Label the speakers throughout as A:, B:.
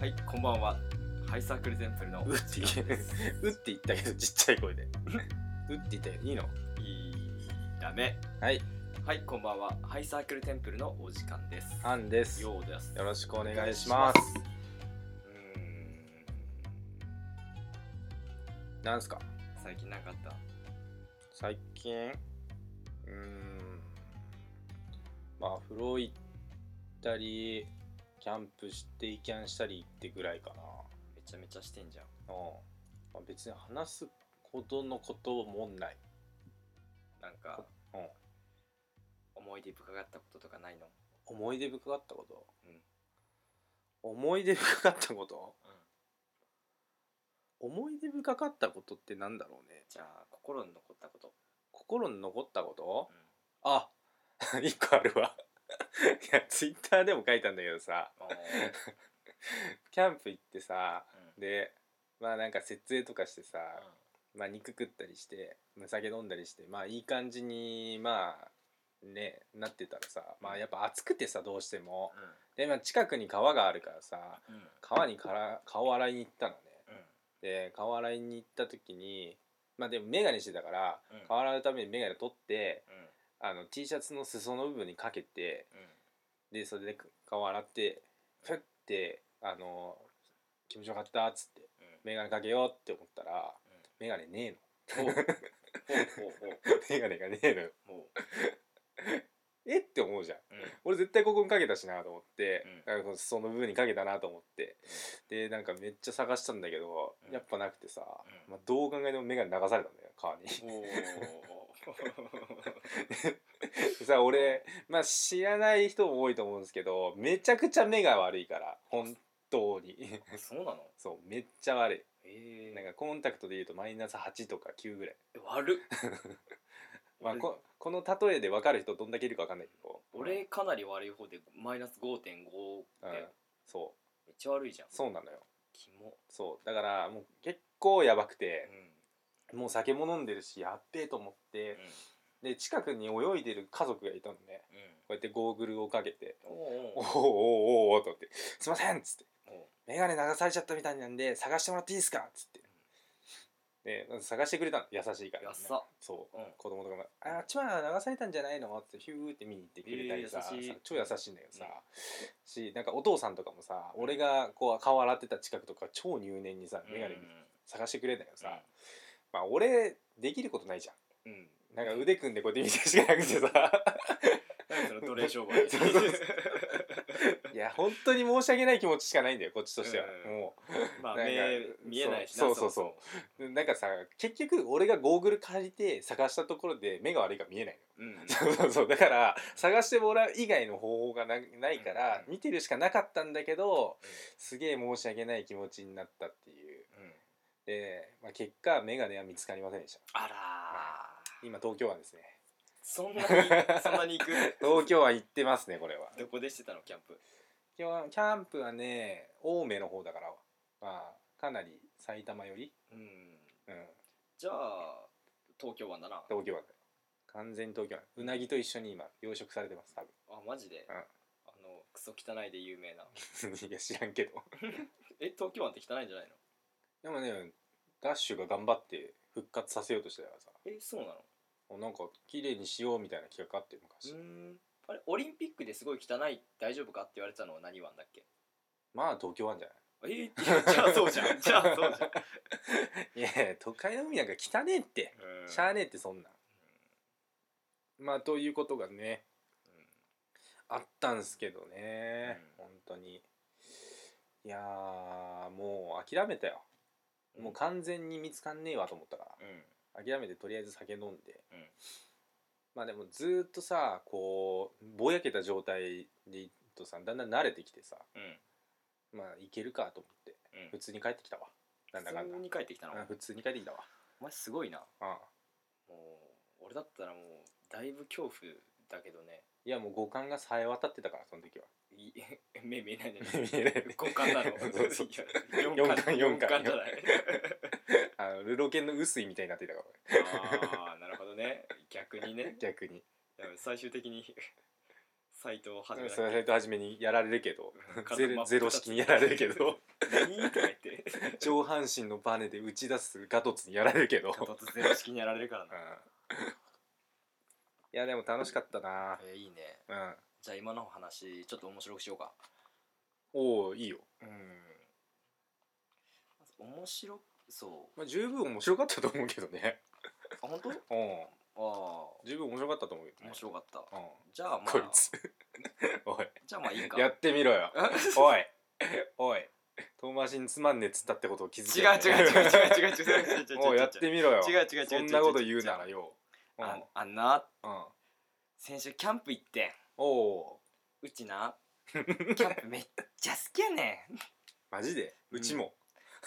A: はい、こんばんは。ハイサークルゼンプルの
B: うっ
A: 時
B: て
A: 間です。
B: うって言ったけどちっちゃい声でうって言ったけどいいの
A: いいダメ。
B: はい
A: はい、こんばんは。ハイサークルテンプルのお時間です。
B: アンですよ
A: ようです。
B: ろしくお願いします
A: うーん。
B: なんすか
A: 最近なかった。
B: 最近うーんまあ風呂行ったりキャンプしてイキャンしたりってぐらいかな
A: めちゃめちゃしてんじゃん。
B: うん、まあ、別に話すほどのこともない
A: なんか、
B: うん
A: 思い出深かったこととかないの
B: 思い出深かったこと、
A: うん
B: 思い出深かったこと
A: うん。
B: 思い出深かったことってなんだろうね
A: じゃあ、心に残ったこと。
B: 心に残ったこと
A: うん。
B: あ 一個あるわ いやツイッターでも書いたんだけどさ
A: おー
B: キャンプ行ってさ
A: うん
B: でまあなんか設営とかしてさ、
A: うん
B: まあ、肉食ったりしてまあ酒飲んだりしてまあいい感じにまあねなってたらさまあやっぱ暑くてさどうしてもで、まあ、近くに川があるからさ
A: うん。うん。
B: 川にから顔洗いに行ったのね
A: うん。
B: で顔洗いに行った時にまあでも眼鏡してたから
A: うん
B: 顔洗うために眼鏡取って
A: うん。
B: あの T シャツの裾の部分にかけて
A: うん。
B: でそれで顔洗ってふってあの気持ちよかったっつって
A: うん。
B: 眼鏡かけようって思ったら眼鏡ね
A: ほうほうほう
B: えの 眼鏡がねえのよ
A: ほう。も
B: えって思うじゃん
A: う。うん。
B: 俺絶対ここにかけたしなと思って
A: うん、
B: なんかこの裾の部分にかけたなと思ってでなんかめっちゃ探したんだけど
A: うん
B: やっぱなくてさ、
A: うん
B: まあ、どう考えても眼鏡流されたんだよ川に
A: おお。
B: でさ俺、まあ、知らない人も多いと思うんですけどめちゃくちゃ目が悪いから本当に
A: そうなの。
B: そうめっちゃ悪い
A: え
B: なんかコンタクトで言うとマイナス8とか9ぐらい、
A: え悪っ。
B: まあ、
A: 俺
B: ここの例えで分かる人どんだけいるか分かんないけど
A: 俺かなり悪い方でマイナス5.5
B: うん
A: で
B: そ
A: めっちゃ悪いじゃん
B: う。そうなのよ
A: キモ。
B: そうだからもう結構やばく
A: う
B: て
A: ん。
B: もう酒も飲んでるしやっべえと思っ
A: う
B: て
A: ん。
B: で近くに泳いでる家族がいたのねこうやってゴーグルをかけて
A: うん。おお
B: 「おお。おおお」と思って「すいません」っつって
A: お
B: 「眼鏡流されちゃったみたいなんで探してもらっていいですか」っつってで探してくれたの優しいから、
A: やっさ
B: そう
A: うん。
B: 子供とかも「あっちは流されたんじゃないの?」ってヒューって見に行ってくれたりさ、
A: えー優しい
B: さ超優しいんだけどさ、
A: うん
B: しなんかお父さんとかもさ俺がこう顔洗ってた近くとか超入念にさ眼鏡探してくれたけどさ、まあ俺できることないじゃん。
A: うん。うん。
B: なんか腕組んでこうやって見てるしかなくてさ
A: 何その奴隷商売。
B: そうそうそいや本当に申し訳ない気持ちしかないんだよこっちとしては、
A: うん
B: も
A: まあ
B: なんか
A: 目見えないしな。
B: そうそうそううなんかさ結局俺がゴーグル借りて探したところで目が悪いから見えないの
A: そう。うん。
B: そう そうそうだから探してもらう以外の方法がなないから
A: うん
B: 見てるしかなかったんだけどすげえ申し訳ない気持ちになったっていう
A: うん。
B: で、まあ、結果眼鏡は見つかりませんでした
A: あらー。
B: 今東京湾ですね
A: そんなに そんなに行く。
B: 東京湾行ってますねこれは
A: どこでしてたのキャンプ。
B: 東京湾キャンプはね青梅の方だからまあかなり埼玉寄り、
A: うん。
B: うん、
A: じゃあ東京湾だな。
B: 東京湾だよ完全に東京湾うなぎと一緒に今養殖されてます多
A: あマジで、
B: うん
A: あのクソ汚いで有名な
B: 分 いや知らんけど
A: え東京湾って汚いんじゃないの
B: でもねダッシュが頑張って復活させようとしたからさ
A: えそうなの
B: もうなんか綺麗にしようみたいな企画あって昔、
A: んあれオリンピックですごい汚い大丈夫かって言われてたのは何湾だっけ
B: まあ東京湾じゃ
A: えーじゃあそうじ ゃんじゃあそうじゃん
B: ないいやいや都会の海なんか汚ねえって、しゃあねえってそんなん、まあということがねあったんすけどね、
A: うん
B: 本当にいやーもう諦めたよもう完全に見つかんねえわと思ったか
A: うんうん
B: ら諦めてとりあえず酒飲んで、
A: うん
B: まあでもずーっとさこうぼやけた状態でいるとさだんだん慣れてきてさ
A: うん
B: まあいけるかと思って
A: うん
B: 普通に帰ってきたわなんだかんだ
A: 普通に帰ってきたの
B: うん普通に帰ってきたわ
A: お前すごいな
B: ああ
A: もう俺だったらもうだいぶ恐怖だけどね
B: いやもう五感がさえ渡ってたからその時はい
A: 目見えないのに
B: 見えないね
A: 五感だろ
B: そうそう
A: いや
B: 四
A: 四
B: 感
A: 感
B: 四
A: 四
B: 感
A: 感じゃ ない
B: あのルロケンの薄いみたいになってたから俺
A: ああなるほどね逆にね
B: 逆に
A: でも最終的に斎藤はじめだっけ
B: それと初めにやられるけど
A: うん
B: ゼロゼロ式にやられるけど
A: 何とか言って
B: 上半身のバネで打ち出すガトツにやられるけど、うん、
A: 片手ゼロ式にやられるからな、
B: いやでも楽しかったな
A: えーいいね
B: うん
A: じゃあ今の話ちょっと面白くしようか
B: おおいいよ、
A: うん面白そ
B: まあ、十分面白かったと思うけどね
A: うあ本当あ
B: うん
A: あ
B: 十分面白かったと思うよ、ね、
A: 面白かった
B: うん
A: じゃあま
B: こい
A: あ
B: つ おい
A: じゃあまあいいか
B: やってみろよ
A: 違
B: おい おい遠回しにつまんねえっつったってことを気づけ
A: う違う違う違う 違う違う違う違う違う違う違う
B: もうやってみろよ
A: 違う違う違う
B: そんなこと言うならようん
A: ああんな
B: うん
A: 先週キャンプ行ってん
B: おお
A: うちなキャンプめっちゃ好きやね
B: ーマジで
A: うん
B: うちも、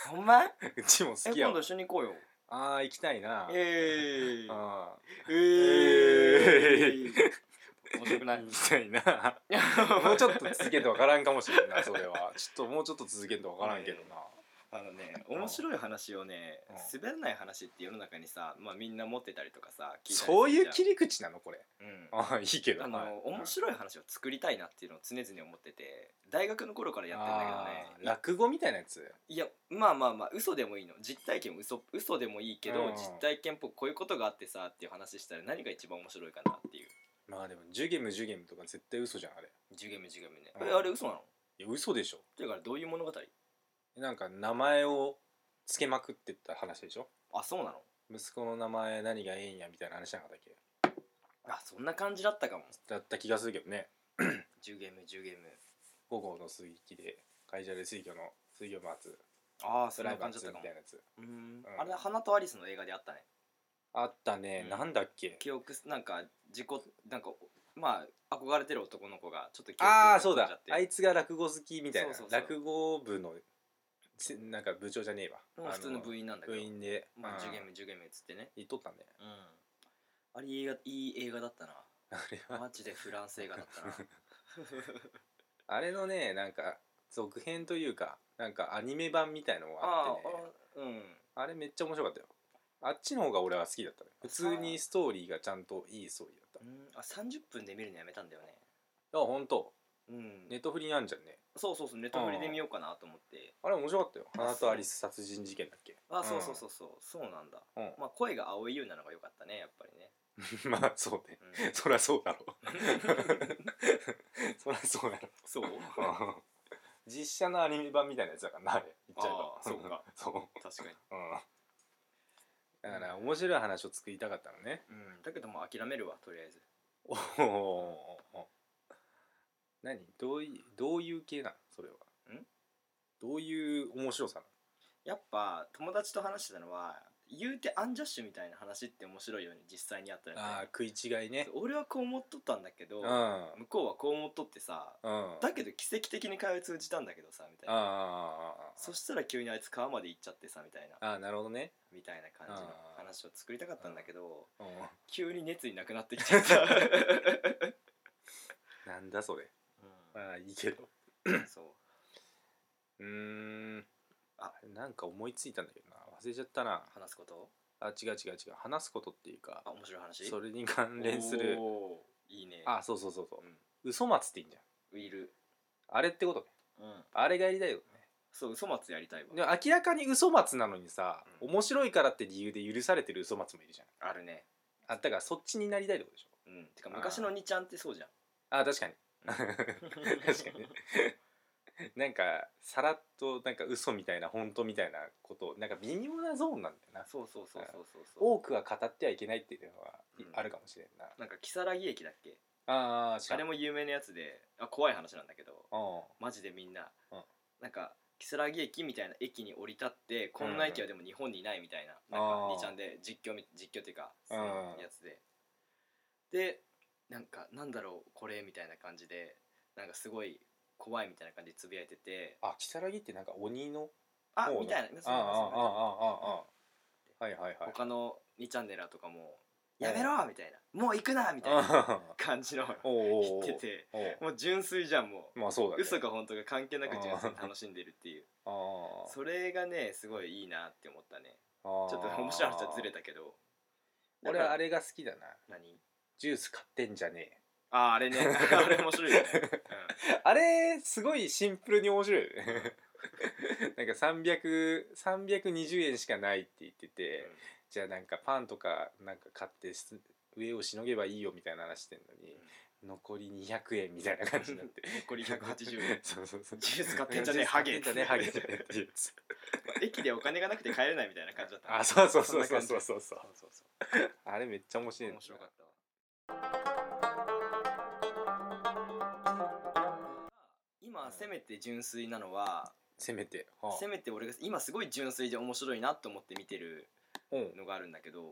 A: んほんまえ
B: うちも好きや
A: 今度
B: わ
A: 一緒に行こうよ
B: あー行きたいな
A: ええ
B: あ
A: え
B: え
A: え面白くない
B: ー行きたいなもうちょっと続けんと分からんかもしれんなそ れはちょっともうちょっと続けんと分からんけどな、
A: あの ね面白い話をね
B: うん
A: 滑らない話って世の中にさ、まあ、みんな持ってたりとかさ聞いたりするじゃん
B: そういう切り口なのこれ
A: うん
B: ああいいけど
A: あの、
B: はい
A: 面白い話を作りたいなっていうのを常々思ってて大学の頃からやってんだけどね
B: あー落語みたいなやつ
A: いやまあまあまあ嘘でもいいの実体験も嘘嘘でもいいけど、
B: うん
A: 実体験っぽくこういうことがあってさっていう話したら何が一番面白いかなっていう
B: まあでもジュゲムジュゲムとか絶対嘘じゃんあれ
A: ジュゲムジュゲムね、
B: うん
A: えあれ嘘なの
B: いや嘘でしょ
A: ていうかどういう物語
B: なんか名前をつけまくってった話でしょ
A: あそうなの
B: 息子の名前何がええんやみたいな話じゃなかったっけ
A: あそんな感じだったかも
B: だった気がするけどね
A: ジュゲムジュゲム
B: 午後の水域で会社で水魚の水魚松
A: ああそ
B: ス
A: ん
B: ラ
A: な
B: イバー
A: 感
B: ズ
A: じ
B: み
A: だったかも
B: たいなやつ
A: うーん
B: うん
A: あれ花とアリスの映画であったね
B: あったね、
A: うん
B: なんだっけ
A: 記憶なんか自己なんかまあ憧れてる男の子がちょっと記憶
B: ああそう
A: 飛んじゃ
B: だ
A: って
B: あいつが落語好きみたいな
A: そうそうそう
B: 落語部のせなんか部長じゃねえわ
A: もう普通の部
B: 員
A: 員なんだけど
B: 部員で、
A: まあジュゲ
B: うん
A: ムジュゲムっつってね
B: 言っとったんだよ
A: うんあれいい映画いい映画だったな
B: あれは
A: マジでフランス映画だったな
B: あれのねなんか続編というかなんかアニメ版みたいのがあ
A: あ
B: って
A: あ
B: ね
A: うん
B: あれめっちゃ面白かったよあっちの方が俺は好きだったね普通にストーリーがちゃんといいストーリーだった
A: うんあ30分で見るのやめたんだよね
B: あ本当
A: うん
B: ネットフリーあんじゃんね
A: そうそうそうネットフリで見ようかなと思って
B: あれ面白かったよ
A: あ
B: 花とアリス殺人事件だっけ
A: あそうそうそううそうそうなんだ
B: ん、うん
A: まあ声が青い優なのが良かったねやっぱりね
B: まあそうね
A: うん
B: そりゃそうだろ そりゃそうだろ
A: そう
B: うん実写のアニメ版みたいなやつだからなあれ言っちゃえば
A: あーそうか
B: そ
A: 確かに
B: ううんだから面白い話を作りたかったのね
A: うんだけどもう諦めるわとりあえず
B: おお何どういどういう系なのそれは
A: ん
B: どういう面白さ
A: やっぱ友達と話してたのは言うてアンジャッシュみたいな話って面白いよね実際にあったよ
B: な
A: ね
B: のああ食い違いね
A: 俺はこう思っとったんだけど
B: うんうん
A: 向こうはこう思っとってさ
B: あ
A: だけど奇跡的に会話通じたんだけどさみたいな
B: あ
A: そしたら急にあいつ川まで行っちゃってさみたいな
B: ああなるほどね
A: みたいな感じの
B: あー
A: 話を作りたかったんだけど
B: うん
A: 急に熱意なくなってきちゃ った、
B: なんだそれ
A: うん
B: まあいいけど
A: そう
B: うーん
A: あ
B: なんか思いついたんだけどな忘れちゃったな
A: 話すこと
B: あ違う違う違う話すことっていうか
A: あ面白い話
B: それに関連する
A: おーいいね
B: あそうそうそうそう
A: うん
B: 嘘松っていいんじゃん
A: ウィル
B: あれってことね
A: うん
B: あれがやりたいよね
A: そう嘘松やりたい
B: で
A: わ
B: も明らかに嘘松なのにさ、
A: うん
B: 面白いからって理由で許されてる嘘松もいるじゃん
A: あるね
B: あだからそっちになりたいってことでしょ
A: うんてか昔の2ちゃんってそうじゃん
B: あ確かに
A: 確
B: 確かにねなんかさらっとなんか嘘みたいな本当みたいなことをなんか微妙なゾーンなんだよな
A: そうそうそうそうそうそう
B: 多くは語ってはいけないっていうのは
A: うん
B: あるかもしれんな、
A: なんか如月駅だっけ
B: ああ
A: あれも有名なやつであ怖い話なんだけど
B: も
A: マジでみんな、
B: うん
A: なんか如月駅みたいな駅に降り立ってこんな駅はでも日本にないみたいな,、
B: あ
A: なんか
B: ー
A: 2ちゃんで実況み実況っていうか
B: うん
A: やつででなんかなんだろうこれみたいな感じでなんかすごい怖いみたいな感じでつぶやいてて
B: あ如月ってなんか鬼の
A: あ
B: 方の
A: みたいなそうそう
B: あああああ
A: そう
B: あああはいはいはい
A: 他の2チャンネルとかも「
B: うん
A: やめろ!」みたいな「もう行くな!」みたいな
B: ああ
A: 感じの
B: おうおうおう
A: 言ってて
B: おう
A: もう純粋じゃんも
B: まあそうだ
A: う
B: ね
A: 嘘か本当か関係なく純粋に楽しんでるっていう
B: ああ
A: それがねすごいいいなって思ったね
B: ちょ
A: ちょっと面白い話はずれ
B: た
A: たけど
B: 俺はあ
A: れ
B: れが好きだな
A: 何
B: ジュース買ってんじゃねえ
A: あーあれね あれ面白いよね、
B: あれすごいシンプルに面 白いよねなんか300 320円しかないって言って
A: うん
B: て、じゃあなんかパンとかなんか買ってす上をしのげばいいよみたいな話してんのに、残り200円みたいな感じになって
A: 残り180円
B: そうそうそう
A: ジュース買ってんじゃねえハゲ
B: ジュース買ってんじゃねえハゲっていうやつ
A: 駅でお金がなくて帰れないみたいな感じだった
B: あそうそうそ
A: ん
B: う
A: な
B: そう
A: 感じ
B: そうそうそう
A: そうそうそ
B: あれめっちゃ面
A: う
B: 白い
A: 面白かったわ今せめて純粋なのは、
B: せめて、はあ
A: せめて俺が今すごい純粋で面白いなと思って見てる
B: うん、
A: のがあるんだけど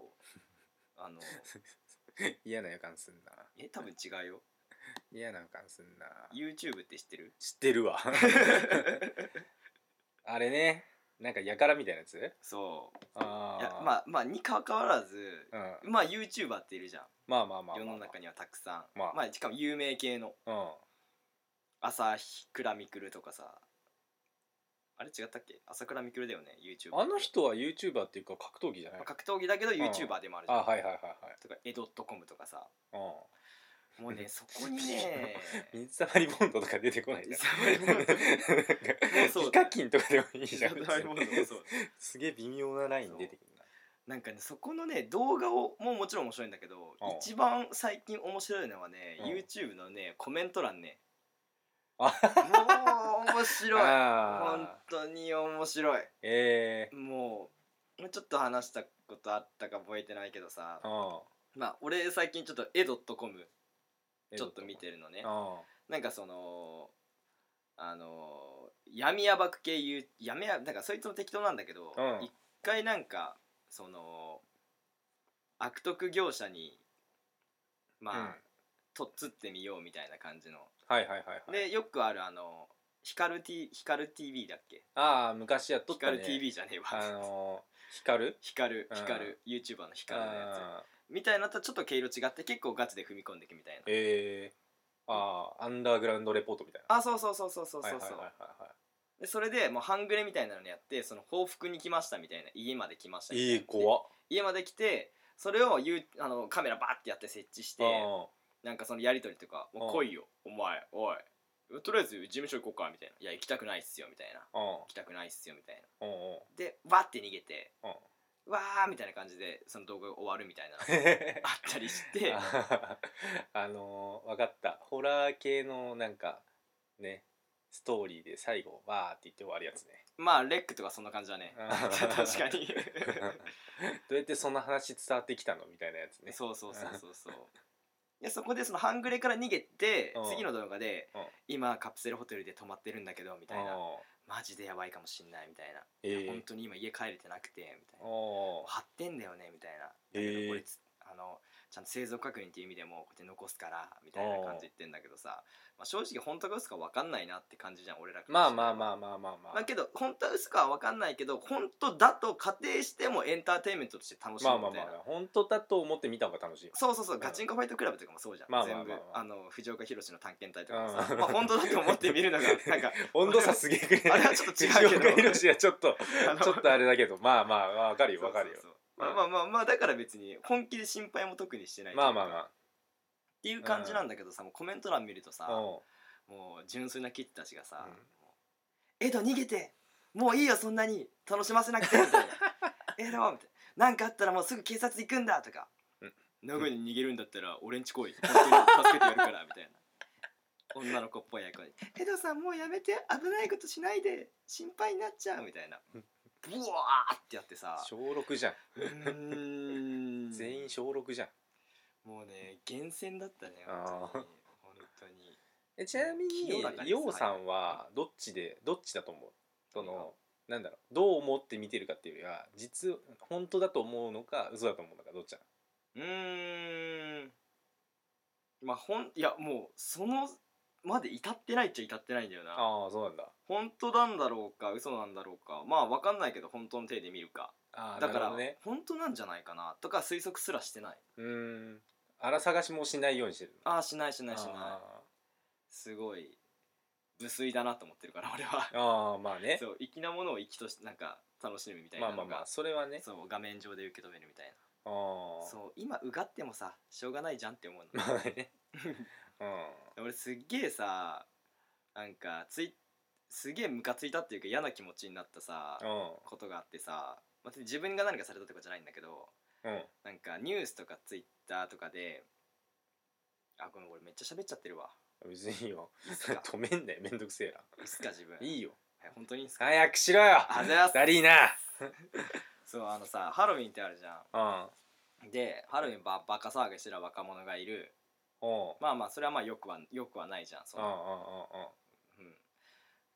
A: あの
B: 嫌な予感すんな
A: え多分違うよ
B: 嫌な予感すんな
A: YouTube って知ってる
B: 知っ てるわあれねなんかやからみたいなやつ
A: そう
B: あ
A: い
B: ー
A: やまあまあにかかわらず
B: うん、
A: まあ YouTuber っているじゃん
B: まあまあまあ
A: 世の中にはたくさん
B: ま
A: ま
B: あ
A: あしかも有名系の
B: うん
A: 朝倉未来とかさあれ違ったっけ朝倉未来だよね YouTuber
B: あの人は YouTuber っていうか格闘技じゃない
A: まあ格闘技だけど
B: ん
A: YouTuber でもあるじ
B: あ
A: ゃん
B: はいはいはい
A: とかエドットコムとかさ
B: はい
A: もうねそこにね
B: うん水溜りボンドとか出てこないじゃん
A: 水溜りボンド
B: なんか
A: もうそうだね
B: ヒカキンとかでもいいじゃん
A: 水溜りボンドもそう
B: すげえ微妙なライン出てくるな
A: なんかねそこのね動画をももちろん面白いんだけど
B: うん
A: 一番最近面白いのはね
B: うん
A: YouTube のねコメント欄ね
B: あ
A: もう面白い本
B: あー
A: 当に面白い
B: え
A: もうちょっと話したことあったか覚えてないけどさ
B: ー、うん
A: まあ俺最近ちょっと絵 .com ちょっと見てるのね
B: うん
A: なんかそのあの闇やばく系言う闇やなんかそいつも適当なんだけど
B: うん
A: 一回なんかその悪徳業者に
B: うん
A: まあとっつってみようみたいな感じの
B: はいはいはいはい
A: でよくあるあの光る T 光る TV だっけ
B: ああ昔やっとった
A: 光
B: ね
A: る TV じゃねえ
B: あ
A: わ
B: のー、光る
A: 光る
B: うん
A: 光る YouTuber の光るのやつ
B: あ
A: みたいなのとちょっと毛色違って結構ガチで踏み込んでいくみたい
B: ー
A: な
B: えー、ああアンダーグラウンドレポートみたいな
A: あそうそうそうそうそうそうそう、
B: はいはいはいはいは
A: でそれでもう半グレみたいなのやってその報復に来ましたみたいな家まで来ましたみたい
B: い
A: ない
B: い怖っ
A: 家まで来てそれをゆうあのカメラバーってやって設置して
B: あ
A: なんかそのやり取りとか「もう来いよお前おいとりあえず事務所行こうか」みたいな「いや行きたくないっすよ」みたいな
B: あ
A: 「行きたくないっすよ」みたいな
B: うんうんうん
A: でわって逃げて
B: うん
A: わーみたいな感じでその動画が終わるみたいなのがあ
B: あ
A: ったり して
B: あのー、分かったホラー系のなんかねストーリーで最後わーって言って終わるや つね
A: まあレックとかそんな感じだね 確かに
B: どうやってそんな話伝わってきたのみたいなやつね
A: そうそうそうそうそう でそこでその半グレから逃げて
B: うん
A: 次の動画で
B: うん
A: 「今カプセルホテルで泊まってるんだけど」みたい
B: あ
A: な
B: ー
A: 「マジでやばいかもしんない」みたいな「
B: え
A: いや
B: ー
A: 本当に今家帰れてなくて」みたいな
B: お
A: 「張ってんだよね」みたいな「だ
B: えー
A: けどこれつあのちゃんと製造確認っていう意味でもこうやって残すから」みたいな感じ言ってんだけどさ、まあ、正直本当か嘘か分かんないなって感じじゃん俺らから
B: まあまあ
A: あ
B: まあまあまあまあ
A: だけど本当は嘘かは分かんないけど本当だと仮定してもエンターテインメントとして楽しむみたい
B: ま
A: な
B: あ、まあまあ本当だと思って見た方が 楽しい
A: そうそうそう、
B: ん
A: ガチンコファイトクラブとかもそうじゃん、
B: まあまあ
A: 全部
B: まあまあ
A: あの藤岡弘の探検隊とかもさ、
B: うん
A: まあ本当だと思って見るのがなん か
B: 温度差すげえくれ
A: あれはちょっと違うけど
B: 藤岡弘はちょっと
A: あの
B: ちょっとあれだけどまあまあわかるよわかるよ
A: そうそうそうまあまあまあまあだから別に本気で心配も特にしてない
B: まあまあ
A: あっ
B: ま
A: ていう感じなんだけどさ、もうコメント欄見るとさ、
B: あうん
A: もう純粋なキッズたちがさ「
B: うん
A: エド逃げてもういいよそんなに楽しませなくて」みたいな「 エド」みたいな「なんかあったらもうすぐ警察行くんだ」とか
B: うん
A: 「名古屋に逃げるんだったら俺んち来い本当に助けてやるから」みたいな 女の子っぽい役に「エドさんもうやめて危ないことしないで心配になっちゃう」みたいな
B: うん
A: ブワーってやってさ
B: 小6じゃん
A: うーん
B: 全員小6じゃん
A: もうね厳選だったね
B: あー
A: 本当に本当に
B: えちなみ
A: 清
B: に
A: らかです
B: ようさんはどっちでどっちだと思うそのなんだろうどう思って見てるかっていうよりは実本当だと思うのか嘘だと思うのかどっちな
A: うーんまあほんいやもうそのまで至ってないっちゃ至ってないんだよな
B: のああそうなんだ
A: 本当なんだろうか嘘なんだろうかまあ分かんないけど本当の手で見るか
B: ああ
A: だから、
B: ね
A: 本当なんじゃないかなとか推測すらしてないう
B: ーんあら探しもしないようにしてる
A: ああしないしな
B: の
A: いしな
B: あ
A: いすごい無粋だなと思ってるから俺は
B: ーあーまあね
A: そう粋なものを粋としてなんか楽しむみたい
B: ま
A: な
B: あ
A: のが、
B: まあまあそれはね
A: そう画面上で受け止めるみたい
B: あー
A: そう今うがってもさしょうがないじゃんって思うの
B: まあ ねうん
A: 俺すっげえさなんかついすげえムカついたっていうか嫌な気持ちになったさ
B: うん
A: ことがあってさ別に自分が何かされたとかじゃないんだけど
B: うん
A: なんかニュースとかツイッターとかであごめん俺めっちゃ喋っちゃってるわ
B: 別にいいよ
A: いいっす か
B: 止めんなよめんどくせえない
A: いっすか自分
B: いいよ
A: はい本当にいいっすか
B: 早くしろよ
A: あざやす
B: ダリーナ
A: そうあのさハロウィンってあるじゃ
B: うん
A: んでハロウィンばバカ騒ぎしてる若者がいる
B: うん
A: まあまあそれはまあよくはよくはないじゃんそ
B: うんうん
A: の
B: うん
A: うん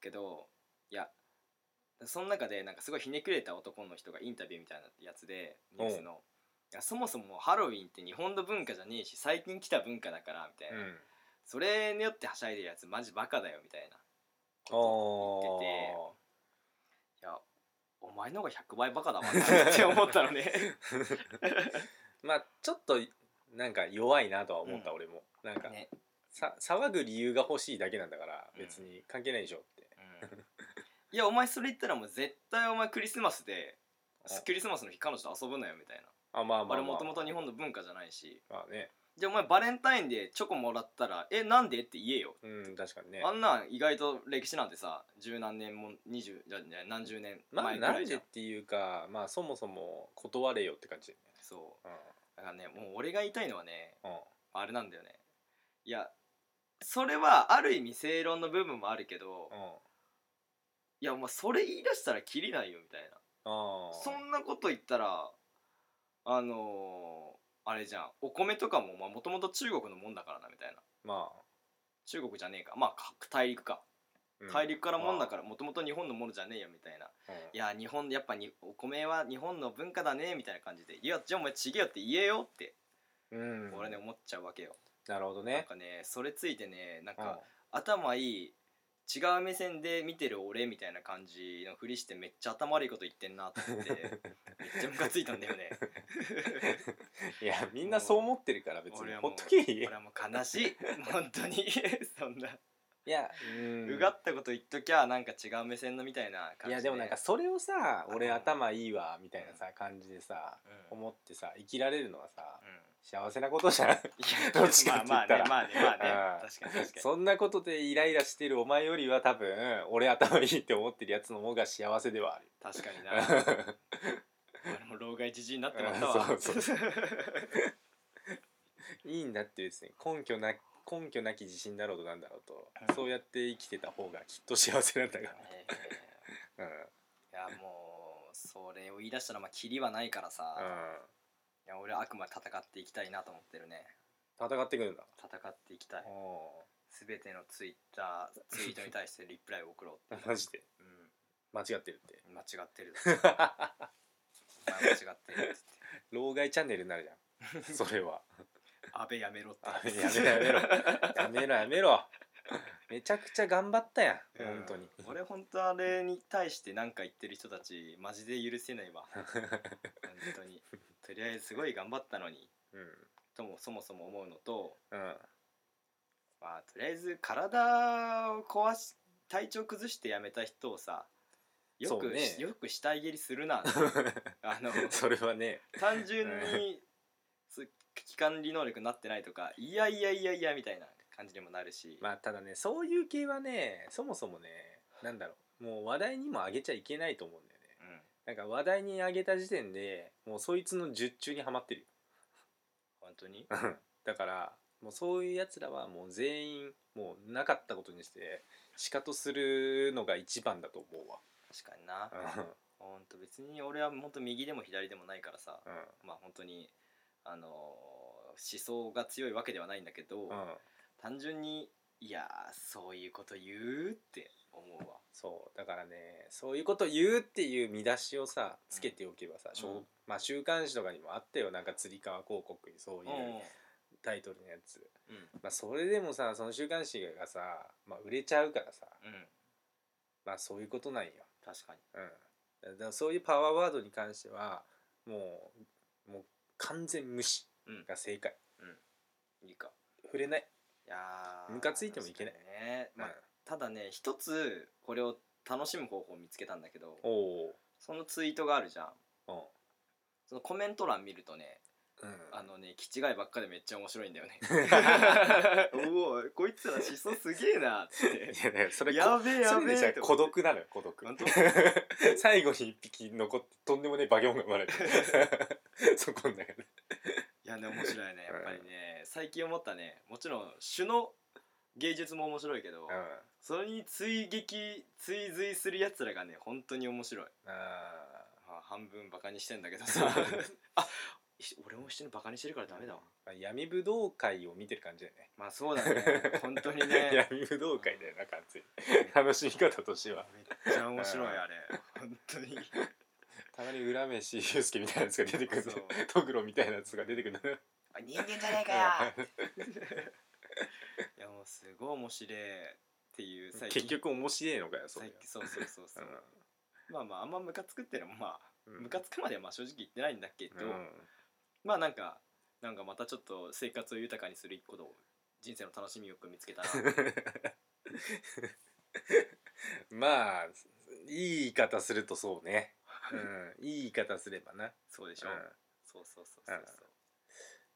A: けどいやその中でなんかすごいひねくれた男の人がインタビューみたいなやつでニュースのいやそもそもハロウィンって日本の文化じゃねえし最近来た文化だからみたいな、
B: うん
A: それによってはしゃいでるやつマジバカだよみたいなこと
B: お
A: 言ってて
B: お
A: いやお前の方が100倍バカだわって思ったの ね
B: まあちょっとなんか弱いなとは思った、
A: うん
B: 俺もなんか、
A: ね、
B: さ騒ぐ理由が欲しいだけなんだから
A: うん
B: 別に関係ないでしょって、
A: うん、いやお前それ言ったらもう絶対お前クリスマスで
B: あ
A: クリスマスの日彼女と遊ぶなよみたいな、
B: あまあまあまあ
A: あれもともと日本の文化じゃないし
B: まあね
A: じゃあお前バレンタインでチョコもらったら「えなんで?」って言えよ、
B: うん確かにね
A: あんなん意外と歴史なんてさ十何年も二十じゃじゃ何十年
B: まあ
A: 前く
B: な
A: ら
B: ん
A: いじ
B: で
A: ゃ
B: っ
A: ん、
B: ていうかまあそもそも断れよって感じ
A: そう
B: だよね
A: だからねもう俺が言いたいのはね
B: うんうん
A: あれなんだよねいやそれはある意味正論の部分もあるけど、
B: うん
A: いやお前それ言い出したらキリないよみたいな
B: あ
A: そんなこと言ったらあのーあれじゃんお米とかももともと中国のもんだからなみたいな
B: まあ、
A: 中国じゃねえかまあか大陸か
B: うん、
A: 大陸からもんだかららもともと日本のものじゃねえよみたいな
B: うん
A: いや日本やっぱにお米は日本の文化だねみたいな感じでいやじゃあお前ちげえよって言えよって
B: うん
A: 俺ね思っちゃうわけよ、
B: なるほ
A: な
B: ど
A: ん
B: ね
A: かねそれついてねなん
B: う
A: か頭いい違う目線で見てる俺みたいな感じのふりしてめっちゃ頭悪いこと言ってん なと思ってめっちゃムカついたんだよね
B: んいやみんなそう思ってるから別に
A: 俺は
B: ほ
A: もう
B: っとけ
A: 俺はもう悲しい本当に そんな、
B: いや
A: う
B: う
A: がったこと言っときゃなんか違う目線のみたいな感じ
B: いやでもなんかそれをさ
A: あの
B: 俺頭いいわみたいなさ感じでさ
A: うん、うん
B: 思ってさ生きられるのはさ
A: い
B: 幸せなことじ ゃん
A: や
B: どっちかって言ったら
A: まあまあねまあね,、まあ
B: う
A: ね
B: ん
A: 確かに確かに
B: そんなことでイライラしてるお前よりは多分俺頭いいって思ってるやつの方が幸せではある
A: 確かにな俺も老害じじいになってまったわ
B: うんそ うそ いいんだってですね根拠な根拠なき自信だろうとなんだろうと、
A: うん
B: そうやって生きてた方がきっと幸せなんだか
A: ね
B: ら、うん
A: いやもうそれを言い出したらまあキリはないからさ、いや俺はあくまで戦っていきたいなと思ってるね
B: うん、戦ってくるんだ、
A: 戦っていきたい
B: お
A: 全てのツイッターツイートに対してリプライを送ろう
B: ーマジで
A: って、
B: 間違ってるって
A: うん、間違ってる お前間違ってるっつって
B: 老害チャンネルになる じゃんそれは
A: 安倍やめろって
B: あやめろやめろやめろやめろめちゃくちゃ頑張ったやん本当に
A: うん俺本当あれに対して何か言ってる人たちマジで許せないわ本当にとりあえずすごい頑張ったのに
B: うん
A: ともそもそも思うのと
B: うん
A: まあとりあえず体を壊し体調崩してやめた人をさよ
B: そ
A: く、
B: うね
A: よく死体蹴りする なあの
B: それはね
A: 単純
B: う
A: にす危機管理能力なってないとかいやいやいやいやみたいな感じにもなるし、
B: まあただねそういう系はねそもそもねなんだろうもう話題にも上げちゃいけないと思うんだよね
A: うん
B: なんか話題に上げた時点でもうそいつの術中にはまってる
A: 本当に
B: よ だからもうそういうやつらはもう全員もうなかったことにして仕方するのが一番だと思うわ
A: 確かにな
B: うん
A: 本当別に俺は本当右でも左でもないからさ、まあ本当にあのー思想が強いわけではないんだけど、
B: うん、うん、
A: 単純にいやーそういうこと言うって思うわ
B: そうだからねそういうこと言うっていう見出しをさつけておけばさ、しょう
A: うん
B: まあ、週刊誌とかにもあったよなんかつり革広告にそういうタイトルのやつ、
A: うん
B: まあ、それでもさその週刊誌がさ、まあ、売れちゃうからさ
A: うん
B: まあそういうことなんよ、
A: 確かに
B: うん、だからそういうパワーワードに関してはもうもう完全無視
A: うん
B: が正解、
A: いいか
B: 触れない、
A: いやー
B: ムカついてもいけない
A: 確かにね、
B: うん
A: まあ、ただね一つこれを楽しむ方法を見つけたんだけど
B: お
A: そのツイートがあるじゃん
B: お
A: そのコメント欄見るとね
B: うん、
A: あのね気違いばっかでめっちゃ面白いんだよ ね おおこいつら思想すげえなっつっ
B: い
A: て
B: やだからそれ
A: やべえや
B: それ
A: べ
B: で
A: え
B: じゃあ
A: と
B: 孤
A: 思って
B: 独なのよ孤独
A: 本当
B: 最後に一匹残ってとんでもねえバケモンが生まれる そこの中で
A: いやね面白いねやっぱりね最近思ったねもちろん種の芸術も面白いけど、
B: うん
A: それに追撃追随するやつらがね本当に面白い、
B: あ
A: まあ、半分バカにしてんだけどさ あ一緒俺も一緒にバカにしてるからダメだわ
B: ー闇武道会を見てる感じだよね
A: まあそうだね本当に ね
B: 闇武道会だよな完全に楽しみ方としては
A: めっちゃ面白いあれ本当に
B: たまに裏飯ユうスケみたいなやつが出てくるんだよ
A: そう
B: トグロみたいなやつが出てくるんだよ
A: おい人間じゃねえかよいやもうすごい面白いっていう最近
B: 結局面白いのかよそれ、
A: 最近そうそうそうそううん まあまああんまムカつくってのもまあ
B: うん
A: ムカつくまではまあ正直言ってないんだけど、
B: うん
A: まあなんかなんかまたちょっと生活を豊かにする一個の人生の楽しみをよく見つけ たな
B: まあいい言い方するとそうね、うん、いい言い方すればな、
A: そうでし
B: う
A: ょ、
B: ん、
A: そうそうそうそうそう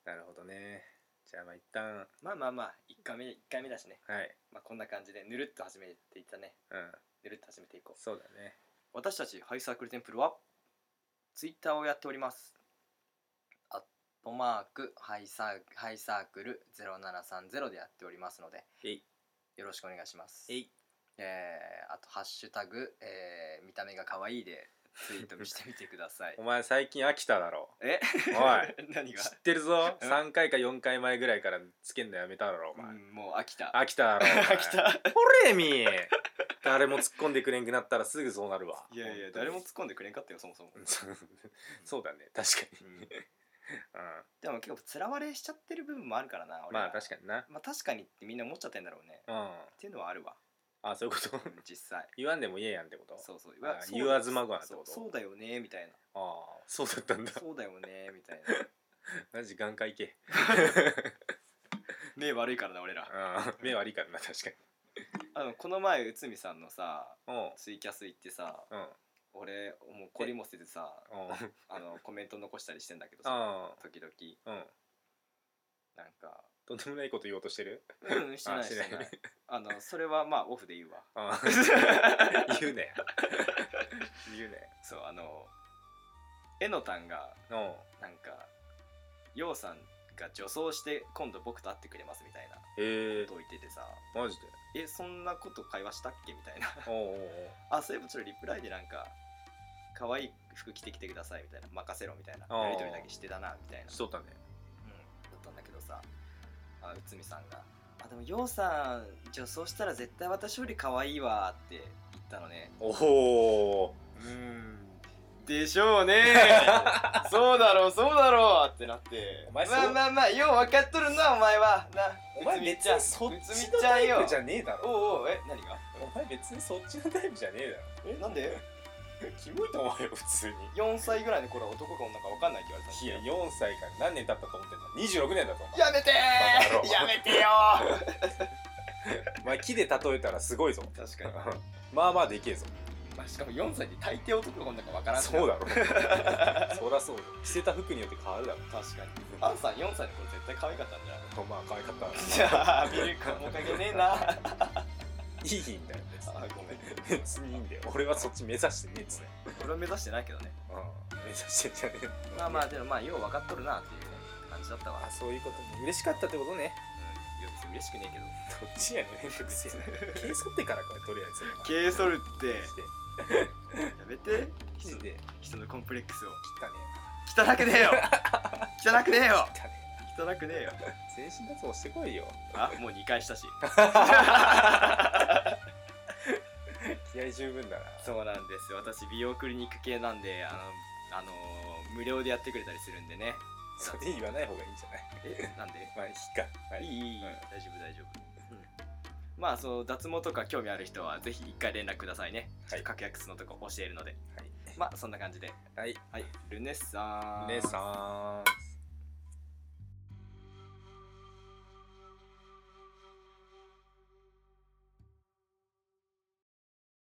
B: なるほどねじゃあまあ一旦
A: まあまあまあ1回目一回目だしね、
B: はい、
A: まあ、こんな感じでぬるっと始めていったね
B: うん、
A: ぬるっと始めていこう
B: そうだね
A: 私たちハイサークルテンプルはツイッターをやっておりますアットマークハイサーハイサークル0730でやっておりますので
B: えい
A: よろしくお願いします
B: えい
A: えーあと「ハッシュタグ、えー見た目が可愛いでツイートしてみてください
B: お前最近飽きただろ
A: え
B: おい
A: 何
B: 知
A: が
B: ってるぞ
A: うん
B: 3回か4回前ぐらいからつけんのやめただろお
A: う
B: 前、
A: んもう飽きた
B: 飽きただろお前
A: 飽き た
B: ほれみ誰も突っ込んでくれんくなったらすぐそうなるわ
A: いやいや
B: 本当に
A: 誰も突っ込んでくれんかったよそもそも、
B: そう そうだね確かに、
A: うん
B: う
A: でも結構つらわれしちゃってる部分もあるからな俺
B: ん、まあ確
A: か
B: かにな
A: にまあ確かにってみんな思っちゃってんだろうね
B: うん
A: っていうのはあるわ
B: あそういうこと
A: うん実際
B: 言わんでも言えやんってこと
A: そうそう
B: あー
A: そう
B: 言わずまごなって
A: そ
B: こ
A: う
B: と
A: そうだよねみた いな
B: ああそうだったんだ
A: そうだよねみたい
B: マジ眼科行け
A: な目悪いからな俺ら
B: うん目悪いからな確かに
A: あのこの前内海さんのさ
B: うん
A: ツイキャス行ってさ
B: うん
A: 俺もうこりも捨ててさ
B: うん
A: あのコメント残したりしてんだけどさ
B: あ
A: 時々
B: あうん
A: なんか
B: とんでもないこと言おうとしてる
A: うんしてない
B: あ
A: し
B: してて
A: な
B: ないい
A: あのそれはまあオフで 言うわ
B: ああ 言うね言うね
A: そうあのえのたんが
B: うん
A: なんかようさんが女装して今度僕と会ってくれますみたいな
B: へえ
A: ことを言っててさ
B: マジで
A: えそんなこと会話したっけみたいな
B: おうおうおう
A: あそういえばちょっとリプライでなんか可愛い服着てきてくださいみたいな任せろみたいな
B: あー
A: やり取りだけしてたなみたいな
B: しとったね
A: うん、だったんだけどさあ内海さんが「あでもようさん女装したら絶対私より可愛いわ」って言ったのね
B: おお
A: うんでしょう ねそうだろうそうだろうってなって
B: お前そう
A: まあまあまあよう分かっとるなお前はな
B: お前
A: 内海
B: 別
A: ちゃん
B: にそっ
A: 内
B: ち
A: 海
B: の
A: ちゃ
B: タ
A: ん
B: イ
A: よ
B: プじゃねえだろ
A: おうおうえ何が
B: お前別にそっちのタイプじゃねえだろ
A: えなんで
B: キモいと思うよ普通に
A: 4歳ぐらいの頃は男か女か分かんないって言われたん
B: い
A: だ
B: や
A: よ
B: 4歳から何年経ったと思ってんだ26年だぞお前
A: やめて
B: バカ野郎
A: ーやめてよー
B: お前木で例えたらすごいぞ
A: 確かに、
B: まあまあでけえぞ
A: まあ、しかも4歳で大抵男か女か分からん
B: そう
A: だ
B: だろ そりゃそうだ着せた服によって変わるだろ
A: 確かにアンさん4歳の頃絶対可愛かったんじゃない
B: まあ可愛かった
A: じゃあミルクもかけねえなあ
B: いいんだよ
A: ごめん
B: 別に別にいいんだよ俺はそっち目指してねえっつね
A: 俺は目指してないけどね
B: うん目指してんじゃねえ
A: まあまあでもまあよう分かっとるなっていうね感じだったわ、うん
B: あそういうことね嬉しかったってことね、
A: いや別に嬉しくねえけど
B: どっちやねんめんどくせえな毛剃ってからかとりあえず
A: ケイソルって
B: して
A: やめて
B: 生地で
A: 人のコンプレックスを
B: 切ったね
A: 汚くねえよ汚くねえよ
B: 切ったね
A: 汚くねえよ
B: 全身脱毛してこいよ
A: あもう2回したし
B: 気合十分だな
A: そうなんですよ私美容クリニック系なんであのあの無料でやってくれたりするんでね
B: それ言わない方がいいんじゃない
A: えなんで
B: まあいいか、はい
A: い
B: い、
A: いいいいい、大丈夫大丈夫、まあそう脱毛とか興味ある人はぜひ一回連絡くださいね、
B: はい
A: 格安のとこ教えるので
B: はい
A: まあそんな感じで
B: はい
A: はいルネッサーン
B: ルネサンス